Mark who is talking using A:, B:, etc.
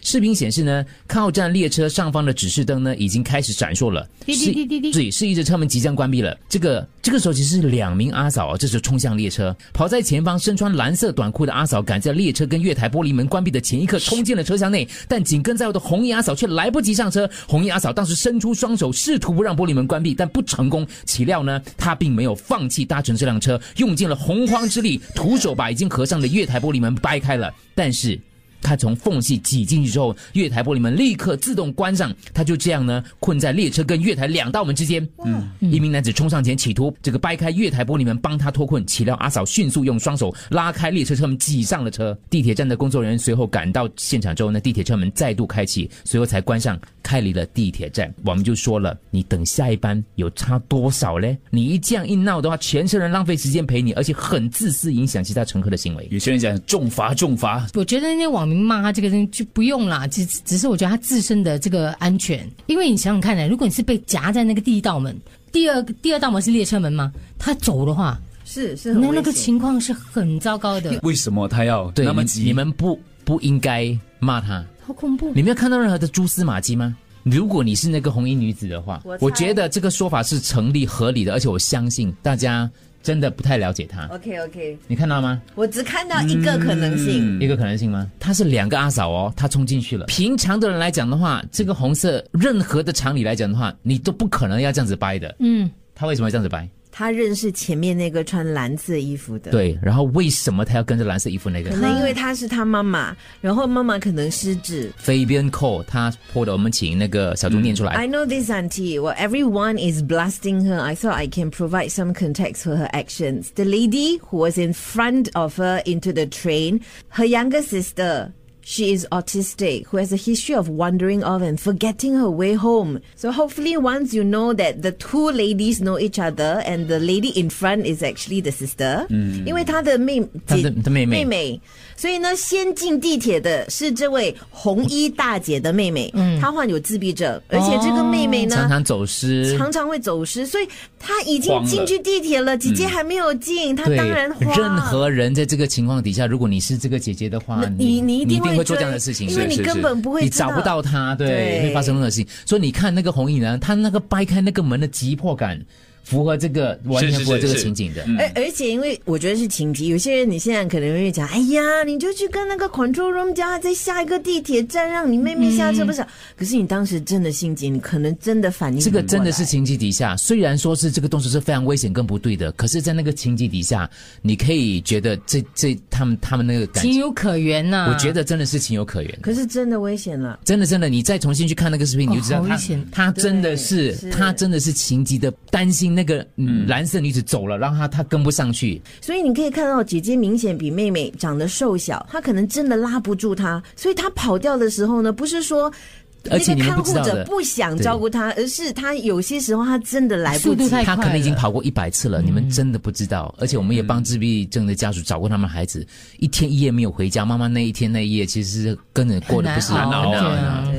A: 视频显示呢，靠站列车上方的指示灯呢已经开始闪烁了，
B: 滴滴滴滴滴
A: 对，示意着车门即将关闭了。这个这个时候，其实是两名阿嫂啊，这时候冲向列车，跑在前方身穿蓝色短裤的阿嫂赶在列车跟月台玻璃门关闭的前一刻冲进了车厢内，但紧跟在后的红衣阿嫂却来不及上车。红衣阿嫂当时伸出双手试图不让玻璃门关闭，但不成功。岂料呢，她并没有放弃搭乘这辆车，用尽了洪荒之力，徒手把已经合上的月台玻璃门掰开了，但是。他从缝隙挤进去之后，月台玻璃门立刻自动关上，他就这样呢困在列车跟月台两道门之间。嗯，一名男子冲上前企图这个掰开月台玻璃门帮他脱困，岂料阿嫂迅速用双手拉开列车车门挤上了车。地铁站的工作人员随后赶到现场之后呢，地铁车门再度开启，随后才关上，开离了地铁站。我们就说了，你等下一班有差多少嘞？你一这样一闹的话，全车人浪费时间陪你，而且很自私，影响其他乘客的行为。
C: 有些人讲重罚重罚，
B: 我觉得那些网民骂他这个人就不用啦，只只是我觉得他自身的这个安全，因为你想想看呢，如果你是被夹在那个第一道门，第二第二道门是列车门嘛，他走的话，
D: 是是很
B: 那
D: 危
B: 那个
D: 险
B: 情况是很糟糕的，
C: 为什么他要
A: 呃对，
C: 那么
A: 你嗯
C: 急？
A: 你们不不应该骂他，
B: 好恐怖。
A: 你没有看到任何的蛛丝马迹吗？如果你是那个红衣女子的话，
D: 我
A: 我
D: 猜
A: 觉得这个说法是成立合理的，而且我相信大家真的不太了解她。
D: OK OK，
A: 你看到吗？
D: 我只看到一个可能
B: 嗯
D: 性，
A: 一个可能性吗？她是两个阿嫂哦，她冲进去了。平常的人来讲的话，这个红色，任何的常理来讲的话，你都不可能要这样子掰的。
B: 嗯，
A: 她为什么要这样子掰？
D: 他认识前面那个穿蓝色衣服的，，
A: 对，然后为什么她要跟着蓝色衣服那个
D: 可能因为他是他妈妈，然后妈妈可能失智。
A: ？Fabian Cole，他泼的，我们请那个小猪念出来。
D: I know this auntie. Well, everyone is blasting her. I thought I can provide some context for her actions. The lady who was in front of her into the train, her younger sister, she is autistic, who has a history of wandering off and forgetting her way home. So hopefully, once you know that the two ladies know each other and the lady in front is actually the sister，嗯，因为她的妹
A: Hmm. 她的-她妹妹。
D: 妹妹妹，所以呢，先进地铁的是这位红衣大姐的妹妹，嗯，她患有自闭症，而且这个妹妹呢。
A: 常常走失，
D: 常常会走失，所以她已经
C: 慌了
D: 进去地铁了，姐姐还没有进，她
A: 对，
D: 当然慌。
A: 任何人在这个情况底下，如果你是这个姐姐的话，你
D: 你你一
A: 定
D: 定
A: 会做
D: 追
A: 这样的事情，
D: 因为
A: 是
D: 你
C: 是
D: 根本不会
A: 你
D: 知道
A: 找不到她，对，
D: 对
A: 会发生任何事情。所以你看那个红衣男，他那个掰开那个门的急迫感，符合这个完全
C: 是是
A: 符合这个
C: 是
A: 情
C: 嗯
A: 景的。
D: 而而且，因为我觉得是情皮，有些人你现在可能会讲，哎呀，你就去跟那个 control room 讲，在下一个地铁站让你妹妹下车，不是？可是你当时真的心急，你可能真的反应
A: 这个
D: 不过
A: 真的
D: 来
A: 是情急底下，虽然说是这个动作是非常危险跟不对的，可是，在那个情急底下，你可以觉得这这他们他们那个感
B: 情
A: 情，
B: 有可原呐、
D: 啊
A: 我觉得真的是情有可原。
D: 可是真的危险了。
A: 真的真的，你再重新去看那个视频，你就知道
B: 哦好
A: 他
B: 危险
A: 他真的是
D: 对是
A: 他真的是情急的担心那个嗯蓝色女子走了，让他他跟不上去，
D: 所以你可以看到，姐姐明显比妹妹长得瘦小，她可能真的拉不住她，所以她跑掉的时候呢，不是说。
A: 而
D: 那
A: 且
D: 个
A: 你们
D: 看
A: 不知
D: 护
A: 道
D: 者
A: 的
D: 不想照顾她，而是她有些时候她真的来不
B: 速度
D: 及。
B: 太
A: 他可能已经
B: 快了嗯
A: 跑过一百次了，你们真的不知道。而且我们也帮自闭症的家属找过他们孩子，一天一夜没有回家，妈妈那一天那一夜其实是跟着过得不是
B: 很难哦
C: 熬
A: 很
C: 对啊
A: 很